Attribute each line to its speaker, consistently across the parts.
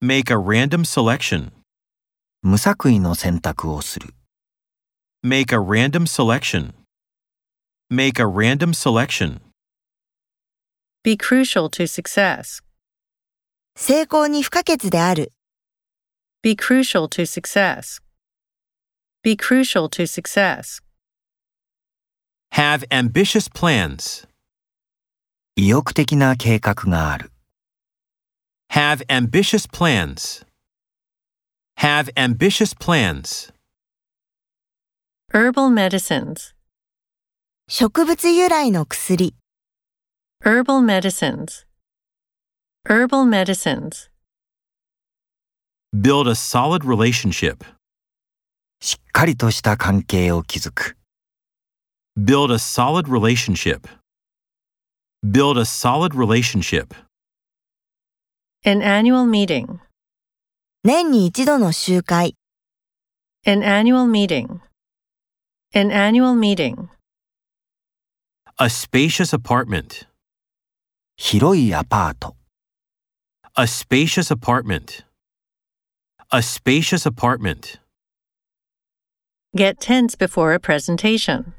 Speaker 1: Make a random selection.
Speaker 2: 無作為の選択をする。
Speaker 1: Make a random selection. Make a random selection.
Speaker 3: Be crucial to success.
Speaker 4: 成功に不可欠である。
Speaker 3: Be crucial to success. Be crucial to success.
Speaker 1: Have ambitious plans.
Speaker 2: 意欲的な計画がある。
Speaker 1: Have ambitious plans. Have ambitious plans.
Speaker 3: Herbal medicines.
Speaker 4: 植物由来の薬。
Speaker 3: Herbal medicines. Herbal medicines.
Speaker 1: Build a solid relationship.
Speaker 2: しっかりとした関係を築く。
Speaker 1: Build a solid relationship. Build a solid relationship.
Speaker 3: An annual meeting.
Speaker 4: 年に一度の集会。
Speaker 3: An annual meeting. An annual meeting.
Speaker 1: A spacious apartment.
Speaker 2: 広いアパート。
Speaker 1: A spacious apartment. A spacious apartment.
Speaker 3: Get tense before a presentation.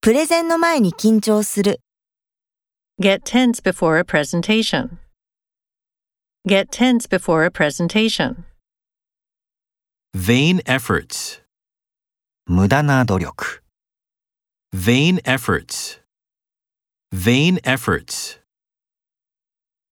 Speaker 4: プレゼンの前に緊張する。
Speaker 3: Get tense before a presentation. Get tense before a presentation.
Speaker 1: Vain efforts.
Speaker 2: 無駄な努力。
Speaker 1: Vain efforts. Vain efforts.